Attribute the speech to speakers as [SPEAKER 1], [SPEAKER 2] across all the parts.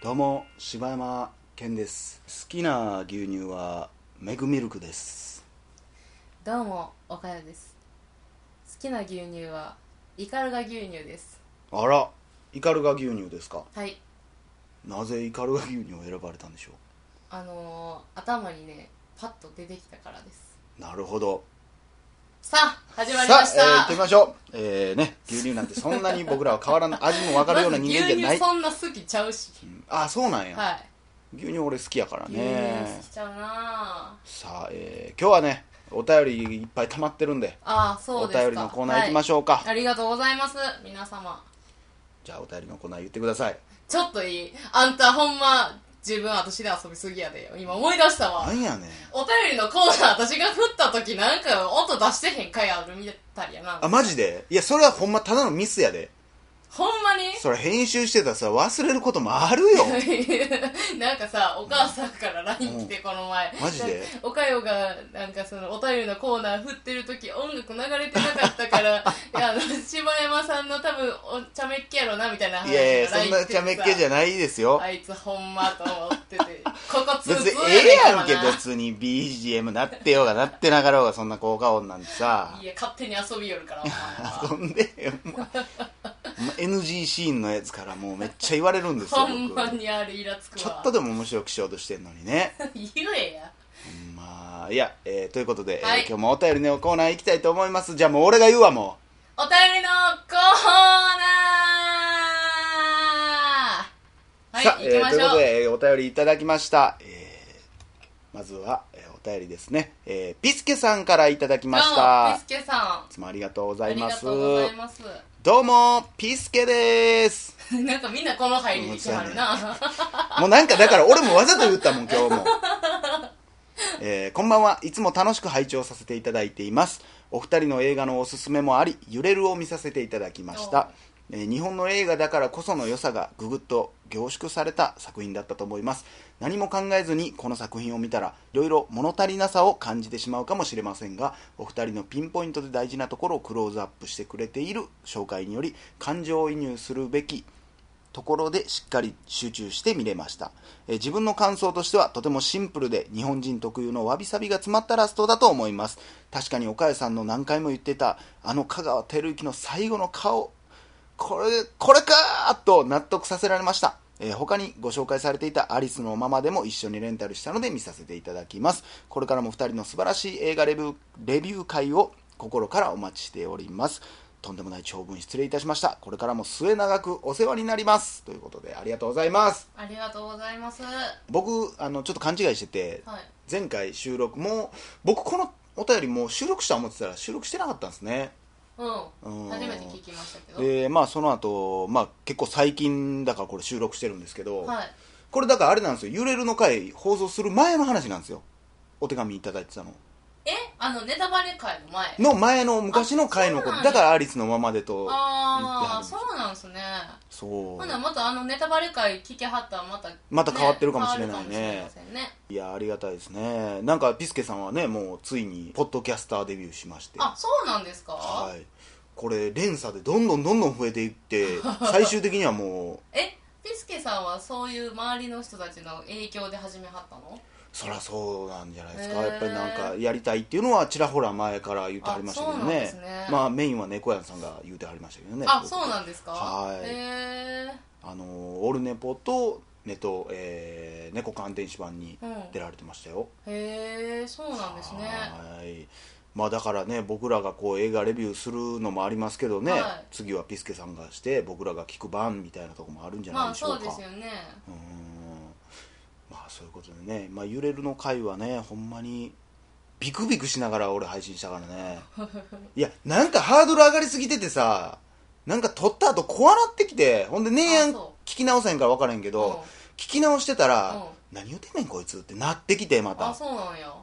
[SPEAKER 1] どうも柴山健です好きな牛乳はメグミルクです
[SPEAKER 2] どうも、おかよです。好きな牛乳は、イカルガ牛乳です。
[SPEAKER 1] あらイカルガ牛乳ですか
[SPEAKER 2] はい。
[SPEAKER 1] なぜイカルガ牛乳を選ばれたんでしょ
[SPEAKER 2] あのー、頭にね、パッと出てきたからです。
[SPEAKER 1] うなるほど
[SPEAKER 2] さあ、始まりまし。
[SPEAKER 1] さあ、えー行ったてみましょうえー、ね牛乳なんてそんなに僕らは変わらない味も分かるような
[SPEAKER 2] まず
[SPEAKER 1] 人間じゃな
[SPEAKER 2] 牛乳
[SPEAKER 1] い、
[SPEAKER 2] そんな好きちゃうし。
[SPEAKER 1] あそうなんや、
[SPEAKER 2] はい。
[SPEAKER 1] 牛乳俺好きやから
[SPEAKER 2] 牛乳
[SPEAKER 1] ね
[SPEAKER 2] 好きちゃうなぁ
[SPEAKER 1] さあ、えー、今日はねお便りいっぱい溜まってるんで
[SPEAKER 2] ああ、そ
[SPEAKER 1] お
[SPEAKER 2] うですか。
[SPEAKER 1] 便りのコーナー行きましょうか、
[SPEAKER 2] はいありがとうございます、皆様。
[SPEAKER 1] じゃあお便りのコーナー言ってください
[SPEAKER 2] ちょっといいあんたほんま、自分私で遊びすぎやで。今思い出したわ
[SPEAKER 1] な。んやねん
[SPEAKER 2] お便りのコーナー、私が振った時なんか音出してへん回あるみたいやな。
[SPEAKER 1] あマジでいやそれはほんまただのミスやで
[SPEAKER 2] ほんまに
[SPEAKER 1] それ編集してたらさ忘れることもあるよ
[SPEAKER 2] なんかさお母さんから LINE 来てこの前、
[SPEAKER 1] マジで
[SPEAKER 2] なんかおかよがなんかそのお便りのコーナー振ってる時音楽流れてなかったから いやあの柴山さんの多分お茶目っ気やろなみたいない話が
[SPEAKER 1] やい
[SPEAKER 2] LINE
[SPEAKER 1] やそんな
[SPEAKER 2] 来て
[SPEAKER 1] 茶目っ気じゃ
[SPEAKER 2] さ
[SPEAKER 1] ないですよ
[SPEAKER 2] あいつほんまと思っててここ通
[SPEAKER 1] 別
[SPEAKER 2] 通
[SPEAKER 1] にええやんけ別に BGM なってようがなってなかろうがそんな効果音なんてさ
[SPEAKER 2] いや勝手に遊びよるからお前 は
[SPEAKER 1] 遊んでほんまほんま NG シーンのやつからもうめっちゃ言われるんですよ
[SPEAKER 2] ほんま
[SPEAKER 1] 僕
[SPEAKER 2] にあれイラつくわ
[SPEAKER 1] ちょっとでも面白くしようとしてんのにね
[SPEAKER 2] 言えや
[SPEAKER 1] まあいや、えーということで、えー
[SPEAKER 2] はい
[SPEAKER 1] 今日もお便りのコーナー行きたいと思いますじゃあもう俺が言うわも
[SPEAKER 2] お便りのコー
[SPEAKER 1] う、
[SPEAKER 2] ナーはい、
[SPEAKER 1] さあ、
[SPEAKER 2] 行きまし
[SPEAKER 1] えーというこ
[SPEAKER 2] ょ
[SPEAKER 1] と
[SPEAKER 2] う。
[SPEAKER 1] で、えーお便りいただきました、えーまずは、えーお便りですね、えーピスケさんからいただきまし
[SPEAKER 2] どうも
[SPEAKER 1] た
[SPEAKER 2] ピスケさ
[SPEAKER 1] いつもありがとうご
[SPEAKER 2] ん。
[SPEAKER 1] ざ
[SPEAKER 2] あ
[SPEAKER 1] い
[SPEAKER 2] り
[SPEAKER 1] ま
[SPEAKER 2] が
[SPEAKER 1] す
[SPEAKER 2] とうございます。
[SPEAKER 1] どうもピスケです
[SPEAKER 2] なんかみんなこの入りに来はるな。
[SPEAKER 1] もうなんかだから俺もわざと言ったもん今日も、えーこんばんはいつも楽しく拝聴させていただいていますお二人の映画のおすすめもあり「揺れる」を見させていただきました、えー日本の映画だからこその良さがぐぐっと凝縮された作品だったと思います何も考えずにこの作品を見たらいろいろ物足りなさを感じてしまうかもしれませんがお二人のピンポイントで大事なところをクローズアップしてくれている紹介により感情移入するべきところでしっかり集中して見れました、えー自分の感想としてはとてもシンプルで日本人特有のわびさびが詰まったラストだと思います確かに岡谷さんの何回も言ってたあの香川照之の最後の顔これこれかーと納得させられました、えー他にご紹介されていた「アリスのまま」でも一緒にレンタルしたので見させていただきますこれからも2人の素晴らしい映画レビューレビュー会を心からお待ちしておりますとんでもない長文失礼いたしましたこれからも末永くお世話になりますということでありがとうございます
[SPEAKER 2] ありがとうございます。はい。
[SPEAKER 1] 僕あのちょっと勘違いしてて前回収録もう僕このお便りもう収録した思ってたら収録してなかったんですね
[SPEAKER 2] う
[SPEAKER 1] うん
[SPEAKER 2] ん。初めて聞きましたけど。
[SPEAKER 1] でまあその後、まあ結構最近だからこれ収録してるんですけど、
[SPEAKER 2] はい。
[SPEAKER 1] これだからあれなんですよ「揺れる」の回放送する前の話なんですよお手紙いただいてたの
[SPEAKER 2] えあの、ネタバレ会の前。
[SPEAKER 1] の前の昔の回のこ
[SPEAKER 2] あそうなん
[SPEAKER 1] と
[SPEAKER 2] や
[SPEAKER 1] だから「アリスのままでと」言っ
[SPEAKER 2] ああ、
[SPEAKER 1] ては
[SPEAKER 2] そうなんすね。
[SPEAKER 1] そう
[SPEAKER 2] ほなまたあのネタバレ会聞きはったらまた、
[SPEAKER 1] また変わってるかもしれないね
[SPEAKER 2] 変わるかもしれませんね。
[SPEAKER 1] いやありがたいですねなんかピスケさんはねもうついにポッドキャスターデビューしまして
[SPEAKER 2] あ、そうなんですか
[SPEAKER 1] はいこれ連鎖でどんどんどんどん増えていって最終的にはもう
[SPEAKER 2] えピスケさんはそういう周りの人たちの影響で始めはったの
[SPEAKER 1] そりゃそうなんじゃないですか
[SPEAKER 2] へー
[SPEAKER 1] やっぱりなんかやりたいっていうのはちらほら前から言ってはりましたけど
[SPEAKER 2] あそうなんで
[SPEAKER 1] ね
[SPEAKER 2] すね
[SPEAKER 1] まあメインは猫やんさんが言うてはりましたけどね
[SPEAKER 2] あそうなんですか
[SPEAKER 1] はい
[SPEAKER 2] へえ
[SPEAKER 1] あのーオルネポとネト、えー、猫観天使版に
[SPEAKER 2] うん
[SPEAKER 1] 出られてましたよ、
[SPEAKER 2] へえそうなんですね
[SPEAKER 1] はいまあだからね僕らがこう映画レビューするのもありますけどね、
[SPEAKER 2] はい
[SPEAKER 1] 次はピスケさんがして僕らが聞く番みたいなとこもあるんじゃない
[SPEAKER 2] ま
[SPEAKER 1] で
[SPEAKER 2] あ
[SPEAKER 1] しょ
[SPEAKER 2] そううで
[SPEAKER 1] か
[SPEAKER 2] すよね
[SPEAKER 1] うーんまあそういうことでね「まあ、揺れる」の回はねほんまにビクビクしながら俺配信したから ねいやなんかハードル上がりすぎててさなんか撮った後怖なってきてほんでねえやん
[SPEAKER 2] あ
[SPEAKER 1] 聞
[SPEAKER 2] そ
[SPEAKER 1] き直せんから分からへんけど、
[SPEAKER 2] うん
[SPEAKER 1] 聞き直してたら
[SPEAKER 2] う
[SPEAKER 1] 「何言うてんねんこいつ」ってなってきてま
[SPEAKER 2] あ
[SPEAKER 1] た
[SPEAKER 2] そうなんや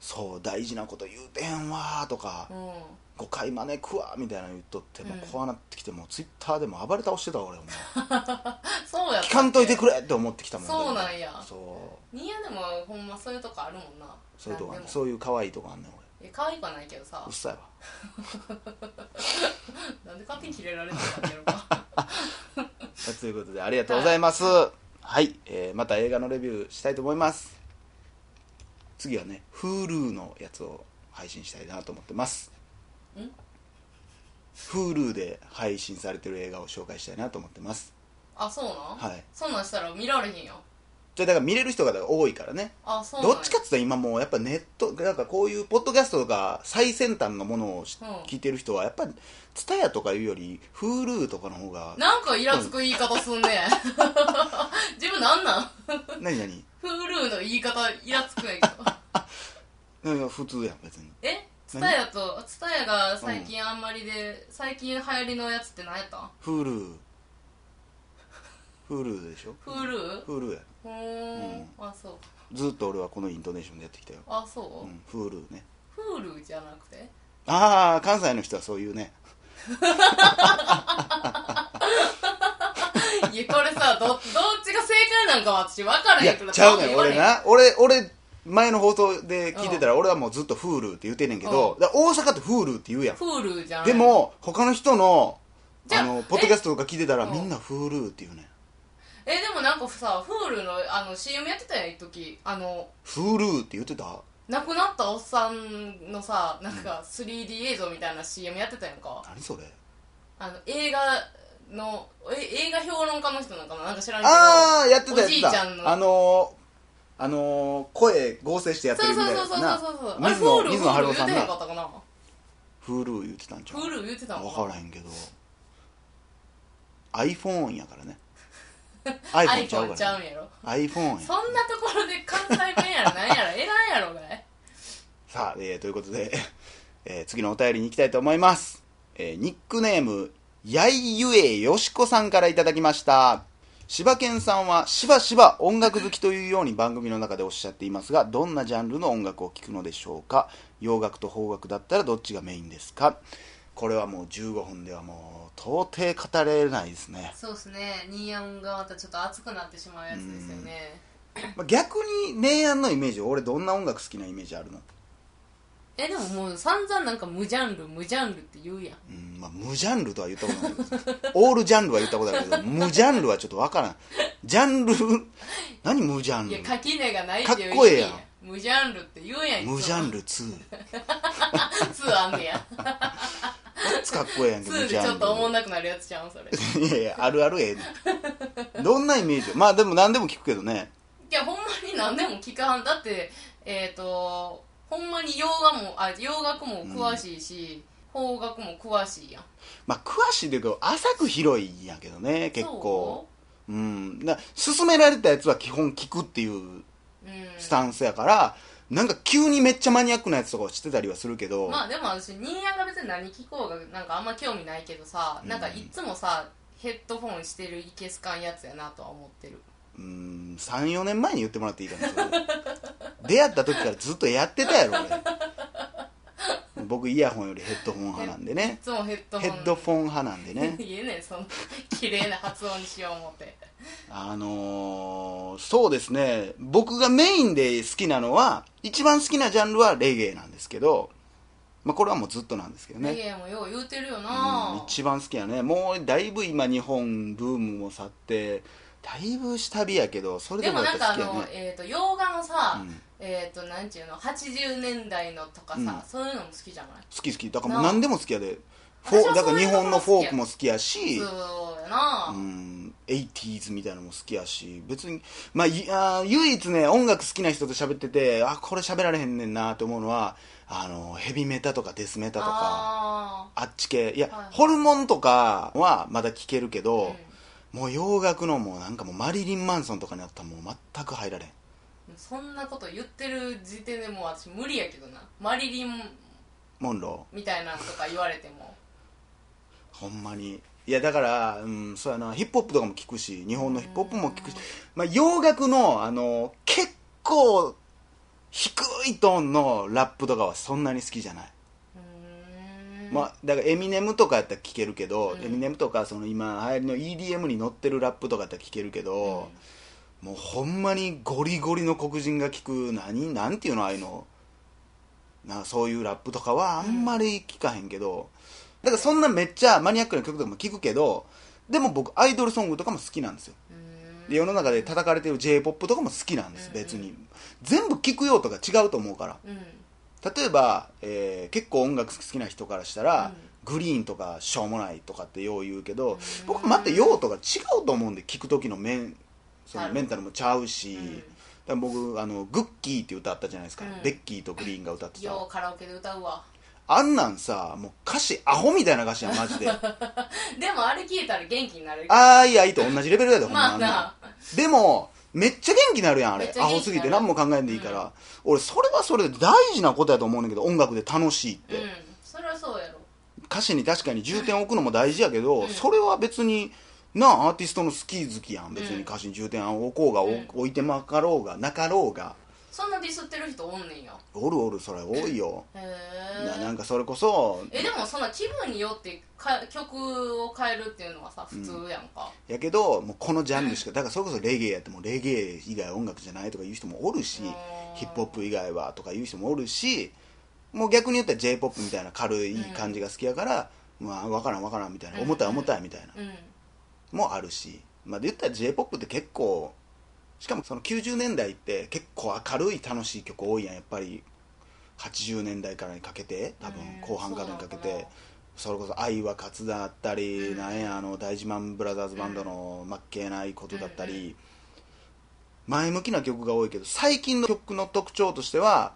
[SPEAKER 1] そう大事なこと言うてへんわーとか
[SPEAKER 2] うん
[SPEAKER 1] 誤解招くわーみたいなの言っとってもううん怖なってきてもうツイッターでも暴れ倒してた わ俺も
[SPEAKER 2] そうやったっけ
[SPEAKER 1] 聞かんといてくれって思ってきたもん
[SPEAKER 2] そうなんや
[SPEAKER 1] そう
[SPEAKER 2] ニヤでもほんまそういうとこあるもんな
[SPEAKER 1] そういうとこあんね
[SPEAKER 2] なんでも
[SPEAKER 1] そういう可愛いとこあんねん俺
[SPEAKER 2] え可愛くはないけどさ
[SPEAKER 1] うっ さいわ
[SPEAKER 2] なんで勝手にキレられてたんやろか
[SPEAKER 1] ということでありがとうございますはい、はい、えーまた映画のレビューしたいと思います次はね Hulu のやつを配信したいなと思ってます
[SPEAKER 2] ん
[SPEAKER 1] Hulu で配信されてる映画を紹介したいなと思ってます
[SPEAKER 2] あそうなん、
[SPEAKER 1] はい
[SPEAKER 2] そんなんしたら見られへんよ
[SPEAKER 1] じゃあだから見れる人が多いからね
[SPEAKER 2] あそうなん
[SPEAKER 1] ど
[SPEAKER 2] や
[SPEAKER 1] っちかっつったら今もうやっぱネットなんかこういうポッドキャストとか最先端のものをし、
[SPEAKER 2] うん
[SPEAKER 1] 聞いてる人はやっぱ TSUTAYA とかいうより Hulu とかの方が
[SPEAKER 2] なんかイラつく言い方すんね自分なんなん
[SPEAKER 1] 何何
[SPEAKER 2] Hulu の言い方イラつくんやけど
[SPEAKER 1] 何普通やん別に
[SPEAKER 2] えツタヤとツタヤが最近あんまりで、最近流行りのやつって何やったん
[SPEAKER 1] Hulu Hulu でしょ
[SPEAKER 2] Hulu?
[SPEAKER 1] Hulu や
[SPEAKER 2] ふー
[SPEAKER 1] うん
[SPEAKER 2] んあそう
[SPEAKER 1] ずっと俺はこのイントネーションでやってきたよ、
[SPEAKER 2] あ
[SPEAKER 1] う
[SPEAKER 2] そ
[SPEAKER 1] ん、Hulu ね
[SPEAKER 2] う、Hulu じゃなくて
[SPEAKER 1] ああ関西の人はそういうね
[SPEAKER 2] いやこれさどどっちが正解なんか私分から
[SPEAKER 1] い
[SPEAKER 2] へ
[SPEAKER 1] や
[SPEAKER 2] んけど
[SPEAKER 1] ちゃうねん
[SPEAKER 2] 多分
[SPEAKER 1] 俺
[SPEAKER 2] 言われへん
[SPEAKER 1] な俺俺前の放送で聞いてたら俺はもうずっと Hulu って言ってんねんけど
[SPEAKER 2] う
[SPEAKER 1] だから大阪って Hulu って言うやん
[SPEAKER 2] Hulu じゃん
[SPEAKER 1] でも他の人の
[SPEAKER 2] じゃ
[SPEAKER 1] あ
[SPEAKER 2] あ
[SPEAKER 1] の
[SPEAKER 2] え
[SPEAKER 1] ポッドキャストとか聞いてたら
[SPEAKER 2] うん
[SPEAKER 1] みんな Hulu って言うねん
[SPEAKER 2] えでもなんかさ Hulu のあの CM やってたやん一時あの
[SPEAKER 1] Hulu って言ってた
[SPEAKER 2] 亡くなったおっさんのさなんか 3D 映像みたいな CM やってたやんか
[SPEAKER 1] 何それ
[SPEAKER 2] あの映画のえ映画評論家の人なんかななんか知らんけど
[SPEAKER 1] ああやってたや
[SPEAKER 2] おじいちゃ
[SPEAKER 1] っ
[SPEAKER 2] ん
[SPEAKER 1] て
[SPEAKER 2] の
[SPEAKER 1] たあのーあのー声合成してやって
[SPEAKER 2] そ
[SPEAKER 1] る
[SPEAKER 2] う
[SPEAKER 1] み
[SPEAKER 2] そう
[SPEAKER 1] たいな
[SPEAKER 2] そ
[SPEAKER 1] や
[SPEAKER 2] う
[SPEAKER 1] つ
[SPEAKER 2] そ
[SPEAKER 1] な
[SPEAKER 2] うそうそうあ
[SPEAKER 1] 水
[SPEAKER 2] れフー
[SPEAKER 1] 野
[SPEAKER 2] ル
[SPEAKER 1] 水
[SPEAKER 2] フ
[SPEAKER 1] 野
[SPEAKER 2] ー
[SPEAKER 1] 春
[SPEAKER 2] ル
[SPEAKER 1] 夫
[SPEAKER 2] 言
[SPEAKER 1] さ
[SPEAKER 2] うて
[SPEAKER 1] ん
[SPEAKER 2] へんか
[SPEAKER 1] な
[SPEAKER 2] ったかな
[SPEAKER 1] Hulu 言ってたんちゃ
[SPEAKER 2] フ
[SPEAKER 1] う
[SPEAKER 2] ール言ってたの
[SPEAKER 1] 分
[SPEAKER 2] か
[SPEAKER 1] からへんけど iPhone やからね iPhone ちゃう
[SPEAKER 2] iPhone
[SPEAKER 1] か
[SPEAKER 2] ちゃ
[SPEAKER 1] ら
[SPEAKER 2] うん
[SPEAKER 1] ね
[SPEAKER 2] やろ
[SPEAKER 1] iPhone や
[SPEAKER 2] そんなところで関西弁やろなんやろえらんやろね
[SPEAKER 1] さあ、えーということで、 えー次のお便りに行きたいと思います。えーニックネーム、やいゆえよしこさんからいただきました。柴犬さんはしばしば音楽好きというように番組の中でおっしゃっていますが、どんなジャンルの音楽を聴くのでしょうか洋楽と邦楽だったらどっちがメインですかこれはもう15分ではもう到底語れないですね。
[SPEAKER 2] そうですねニーヤンがまたちょっと熱くなってしまうやつですよね
[SPEAKER 1] まあ逆に、ネイアンのイメージ、俺どんな音楽好きなイメージあるの
[SPEAKER 2] えでももう散々なんか無ジャンル無ジャンルって言うやん
[SPEAKER 1] うんまあ、無ジャンルとは言ったことないけどオールジャンルは言ったことあるけど無ジャンルはちょっとわからんジャンル何無ジャン
[SPEAKER 2] いや
[SPEAKER 1] ル
[SPEAKER 2] 垣根がないっていう
[SPEAKER 1] かっこええやん
[SPEAKER 2] 無ジャンルって言うやん
[SPEAKER 1] 無ジャン
[SPEAKER 2] ル
[SPEAKER 1] ル2
[SPEAKER 2] 2あんねや
[SPEAKER 1] つかっこええやんけ無
[SPEAKER 2] 2
[SPEAKER 1] ジ
[SPEAKER 2] でち
[SPEAKER 1] ャ
[SPEAKER 2] ょ
[SPEAKER 1] ン
[SPEAKER 2] っ
[SPEAKER 1] ル
[SPEAKER 2] と思んなくなるやつちゃうんそれい
[SPEAKER 1] いやいやあるあるええねんどんなイメージまあでも何でも聞くけどね
[SPEAKER 2] やほんまに何でも聞かんだってえっ、とほんまに洋画もあ洋楽も詳しいし、邦楽も詳しいやん
[SPEAKER 1] まあ詳しいというか浅く広いんやけどね結構うんな勧められたやつは基本聞くっていう
[SPEAKER 2] そううん
[SPEAKER 1] スタンスやから、なんか急にめっちゃマニアックなやつとかをしてたりはするけど、
[SPEAKER 2] まあでも私人間が別に何聞こうがなんかあんま興味ないけどさ、
[SPEAKER 1] うん
[SPEAKER 2] なんかいつもさヘッドフォンしてるいけすかんやつやなとは思ってる
[SPEAKER 1] うーん34年前に言ってもらっていいかなそれ 出会った時からずっとやってたやろ俺僕イヤホンよりヘッドホン派なんで
[SPEAKER 2] い
[SPEAKER 1] ね
[SPEAKER 2] つもヘッドフ
[SPEAKER 1] ヘ
[SPEAKER 2] ォン
[SPEAKER 1] ッドフォン派なんで ね
[SPEAKER 2] 言えねえその綺麗な発音にしよう思って
[SPEAKER 1] あのー、そうですね僕がメインで好きなのは一番好きなジャンルはレゲエなんですけど、まあ、これはもうずっとなんですけど
[SPEAKER 2] レ
[SPEAKER 1] ね
[SPEAKER 2] ゲエもよう言うてるよ
[SPEAKER 1] うん
[SPEAKER 2] な、
[SPEAKER 1] 一番好きやねもうだいぶ今日本ブームも去ってだいぶ下火やけどそれ
[SPEAKER 2] で
[SPEAKER 1] でも
[SPEAKER 2] も
[SPEAKER 1] や
[SPEAKER 2] な
[SPEAKER 1] っ
[SPEAKER 2] ん
[SPEAKER 1] ぱ
[SPEAKER 2] かあ
[SPEAKER 1] 好きやね
[SPEAKER 2] の、えー、と洋画のさ、
[SPEAKER 1] うん
[SPEAKER 2] えっ、となんちゅうの80年代のとかさ、
[SPEAKER 1] うん
[SPEAKER 2] そういうのも好きじゃない
[SPEAKER 1] 好き好きだからも
[SPEAKER 2] な
[SPEAKER 1] う
[SPEAKER 2] あ
[SPEAKER 1] 何でも好きやでフォー
[SPEAKER 2] 私は
[SPEAKER 1] だから日本のフ
[SPEAKER 2] そう
[SPEAKER 1] ォ
[SPEAKER 2] い
[SPEAKER 1] ー
[SPEAKER 2] う
[SPEAKER 1] ク
[SPEAKER 2] の
[SPEAKER 1] も好きやし
[SPEAKER 2] そうやな、
[SPEAKER 1] うん 80s みたいなのも好きやし別にまあいあー唯一ね音楽好きな人と喋っててあこれ喋られへんねんなと思うのはあのヘビメタとかデスメタとか
[SPEAKER 2] あ
[SPEAKER 1] あっち系いや、
[SPEAKER 2] はい
[SPEAKER 1] ホルモンとかはまだ聞けるけ
[SPEAKER 2] あ、
[SPEAKER 1] ど、もう洋楽のもうなんかもうマリリン・マンソンとかにあったらもう全く入られん
[SPEAKER 2] うんそんなこと言ってる時点でもう私無理やけどなマリリン
[SPEAKER 1] モンロ
[SPEAKER 2] みたいなのとか言われて も
[SPEAKER 1] ーほんまにいやだから、うん、そうやなヒップホップとかも聞くし日本のヒップホップも聞くしまあ、洋楽のあの結構低いトーンのラップとかはそんなに好きじゃない、
[SPEAKER 2] うーん
[SPEAKER 1] まあ、だからエミネムとかやったら聞けるけど、
[SPEAKER 2] うん
[SPEAKER 1] エミネムとかその今流行りの EDM に乗ってるラップとかやったら聞けるけ
[SPEAKER 2] うん
[SPEAKER 1] ど、もうほんまにゴリゴリの黒人が聞く何なんていうのああいうのなそういうラップとかはあんまり聞かへんけど、だからそんなめっちゃマニアックな曲とかも聞くけどでも僕アイドルソングとかも好きなんですよ
[SPEAKER 2] うーん
[SPEAKER 1] で世の中で叩かれてる j p o p とかも好きなんです、
[SPEAKER 2] うんうん
[SPEAKER 1] 別に全部聞く用途が違うと思うから
[SPEAKER 2] うん
[SPEAKER 1] 例えば、えー結構音楽好きな人からしたら、グリーンとかしょうもないとかってよう言うけど、
[SPEAKER 2] うん
[SPEAKER 1] 僕はまた用途が違うと思うんで聞く時のメンそ
[SPEAKER 2] な
[SPEAKER 1] の
[SPEAKER 2] るほど
[SPEAKER 1] メンタルもちゃうし、
[SPEAKER 2] うん
[SPEAKER 1] だから僕あのグッキーって歌あったじゃないですか、
[SPEAKER 2] うん
[SPEAKER 1] ベッキーとグリーンが歌ってた
[SPEAKER 2] ようカラオケで歌うわ
[SPEAKER 1] あんなんさもう歌詞アホみたいな歌詞やんマジ であ
[SPEAKER 2] でもあれ聞いたら元気になる
[SPEAKER 1] ーいあいと同じレベルだよほん
[SPEAKER 2] ま
[SPEAKER 1] ま
[SPEAKER 2] あ
[SPEAKER 1] あんなん
[SPEAKER 2] な
[SPEAKER 1] でもめっちゃ元気になるやんあ
[SPEAKER 2] め
[SPEAKER 1] れ
[SPEAKER 2] っちゃ
[SPEAKER 1] ア
[SPEAKER 2] 元気
[SPEAKER 1] ホすぎて
[SPEAKER 2] になる
[SPEAKER 1] 何も考えんでいいから、俺それはそれで大事なことやと思うねんだけど音楽で楽しいっ
[SPEAKER 2] う
[SPEAKER 1] て、
[SPEAKER 2] んそれはそうやろ
[SPEAKER 1] 歌詞に確かに重点置くのも大事やけど、
[SPEAKER 2] うん
[SPEAKER 1] それは別になあアーティストの好き好きやん別
[SPEAKER 2] うん
[SPEAKER 1] に歌詞に重点を置こうが、お
[SPEAKER 2] うん
[SPEAKER 1] 置いてまかろうがなかろうが
[SPEAKER 2] そんなディスってる人おんねんよ
[SPEAKER 1] おるおるそれ多いよ、
[SPEAKER 2] へ
[SPEAKER 1] なな
[SPEAKER 2] え
[SPEAKER 1] んかそれこそ
[SPEAKER 2] えでもそんな気分によってか曲を変えるっていうのはさ普通やんか、
[SPEAKER 1] やけどもうこのジャンルしかだからそれこそレゲエやってもレゲエ以外音楽じゃないとか言う人もおるし、
[SPEAKER 2] うん
[SPEAKER 1] ヒップホップ以外はとか言う人もおるしもう逆に言ったら j p o p みたいな軽い感じが好きやから、まあ分からん分からんみたいな
[SPEAKER 2] うん
[SPEAKER 1] 重たい重たいみたいな
[SPEAKER 2] うん
[SPEAKER 1] もあるし、まあ、で言ったら j p o p って結構しかもその90年代って結構明るい楽しい曲多いやんやっぱり80年代からにかけて多分
[SPEAKER 2] うん
[SPEAKER 1] 後半からにかけ
[SPEAKER 2] そうなの
[SPEAKER 1] て
[SPEAKER 2] かな。
[SPEAKER 1] それこそ「愛は勝つ」だったり、
[SPEAKER 2] うん
[SPEAKER 1] なんやあの大事マンブラザーズバンドの「負けないこと」だったり、
[SPEAKER 2] うん
[SPEAKER 1] 前向きな曲が多いけど最近の曲の特徴としては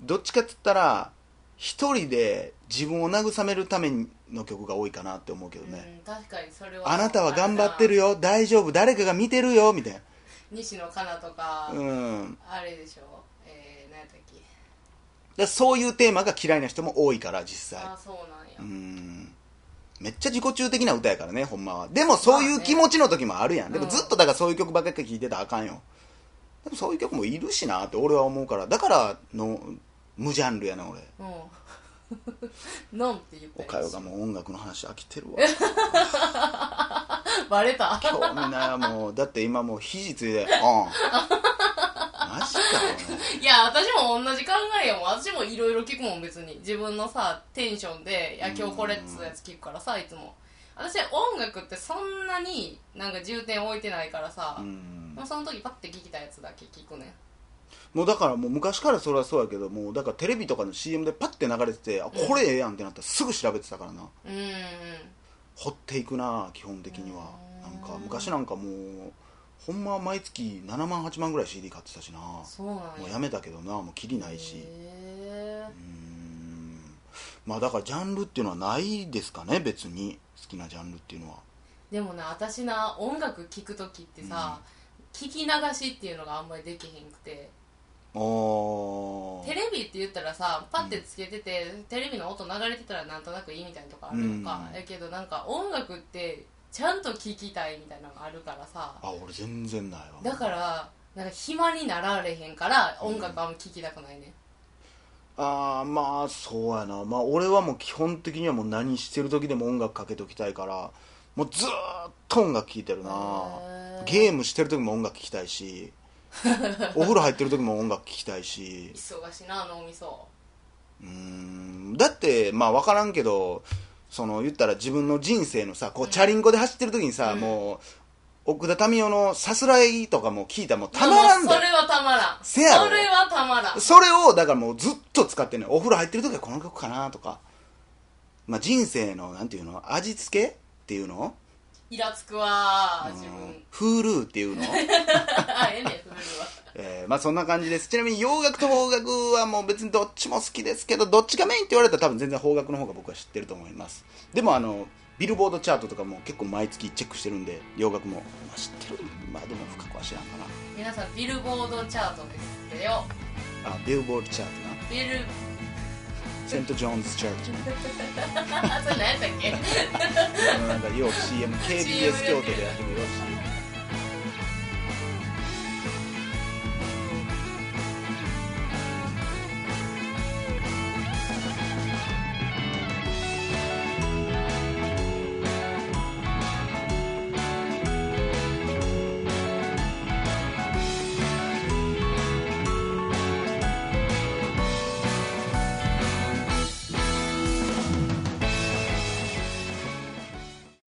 [SPEAKER 1] どっちかっつったら一人で自分を慰めるための曲が多いかなって思うけどね、
[SPEAKER 2] うん、確かにそれは
[SPEAKER 1] あなたは頑張ってるよ大丈夫誰かが見てるよみたい
[SPEAKER 2] 西野カナとか、
[SPEAKER 1] な、うん、
[SPEAKER 2] あれでしょえー、何やったっけ
[SPEAKER 1] でそういうテーマが嫌いな人も多いから実際
[SPEAKER 2] あそうなんや、
[SPEAKER 1] うーんめっちゃ自己中的な歌やからねほんまはでもそういう気持ちの時もあるやん、
[SPEAKER 2] まあね
[SPEAKER 1] でもずっとだからそういう曲ばっかり聴いてたらあかんよでもそういう曲もいるしなって俺は思うからだからの無ジャンルやな俺
[SPEAKER 2] うん なんて言った
[SPEAKER 1] お
[SPEAKER 2] やつ
[SPEAKER 1] かよがもう音楽の話飽きてるわ
[SPEAKER 2] バレた
[SPEAKER 1] 興味ないわもうだって今もう肘つい てうんマジか
[SPEAKER 2] いや私も同じ考えやもん私もいろいろ聞くもん別に自分のさテンションでいや今日これっつうやつ聞くからさいつも私音楽ってそんなになんか重点置いてないからさ、
[SPEAKER 1] 俺うん
[SPEAKER 2] もうその時パッて聞きたいやつだけ聞くね
[SPEAKER 1] もうだからもう昔からそれはそうやけどもうだからテレビとかの CM でパッて流れててあこれええやんってなったらすぐ調べてたからな
[SPEAKER 2] うんうん
[SPEAKER 1] 掘っていくな基本的には
[SPEAKER 2] う
[SPEAKER 1] なんんか昔なんかもうほんま毎月7万8万ぐらい CD 買ってたしなも
[SPEAKER 2] そうなんや
[SPEAKER 1] うやめたけどなもうキリないし
[SPEAKER 2] へ
[SPEAKER 1] うーんまあだからジャンルっていうのはないですかね別に好きなジャンルっていうのは
[SPEAKER 2] ーでもな私な音楽聴く時ってさ、聞き流しっていうのがあんまりできへんくて
[SPEAKER 1] お
[SPEAKER 2] テ
[SPEAKER 1] ー
[SPEAKER 2] レビって言ったらさパッてつけてて、テレビの音流れてたらなんとなくいいみたいなとかあるのか、
[SPEAKER 1] うん
[SPEAKER 2] やけどなんか音楽ってちゃんと聴きたいみたいなのがあるからさ
[SPEAKER 1] あ俺全然ないわ
[SPEAKER 2] だからなんか暇になられへんから音楽あんま聴きたくないね、
[SPEAKER 1] ああまあそうやなまあ俺はもう基本的にはもう何してる時でも音楽かけときたいからもうずーっと音楽聴いてるな
[SPEAKER 2] へー
[SPEAKER 1] ゲームしてる時も音楽聴きたい しお風呂入ってる時も音楽聴きたいし
[SPEAKER 2] 忙しいな脳みそう
[SPEAKER 1] ーんだってまあ分からんけどその言ったら自分の人生のさこうチャリンコで走ってる時にさ、
[SPEAKER 2] うん
[SPEAKER 1] もう奥田民生のさすらいとかも聞いたらもうたまらん
[SPEAKER 2] もう
[SPEAKER 1] だ
[SPEAKER 2] それ
[SPEAKER 1] よ
[SPEAKER 2] はたまらん
[SPEAKER 1] せやろ
[SPEAKER 2] それはたまらん
[SPEAKER 1] それをだからもうずっと使ってんねんお風呂入ってる時はこの曲かなとか、まあ、人生のなんていうの味付けっていうの
[SPEAKER 2] イラつくわ
[SPEAKER 1] う
[SPEAKER 2] 自分
[SPEAKER 1] ん Hulu っていうの
[SPEAKER 2] あええねんそれは
[SPEAKER 1] えーまあそんな感じですちなみに洋楽と邦楽はもう別にどっちも好きですけどどっちがメインって言われたら多分全然邦楽の方が僕は知ってると思いますでもあのビルボードチャートとかも結構毎月チェックしてるんで洋楽も、まあ、知ってるまあでも深くは知らんかな
[SPEAKER 2] 皆さんビルボードチャートですってよ
[SPEAKER 1] あビルボードチャートな
[SPEAKER 2] ビル
[SPEAKER 1] セント・ジョーンズ・チャーチ
[SPEAKER 2] あそれ何やったっけ
[SPEAKER 1] なんかよう CMKBS 京都でやってるよう CM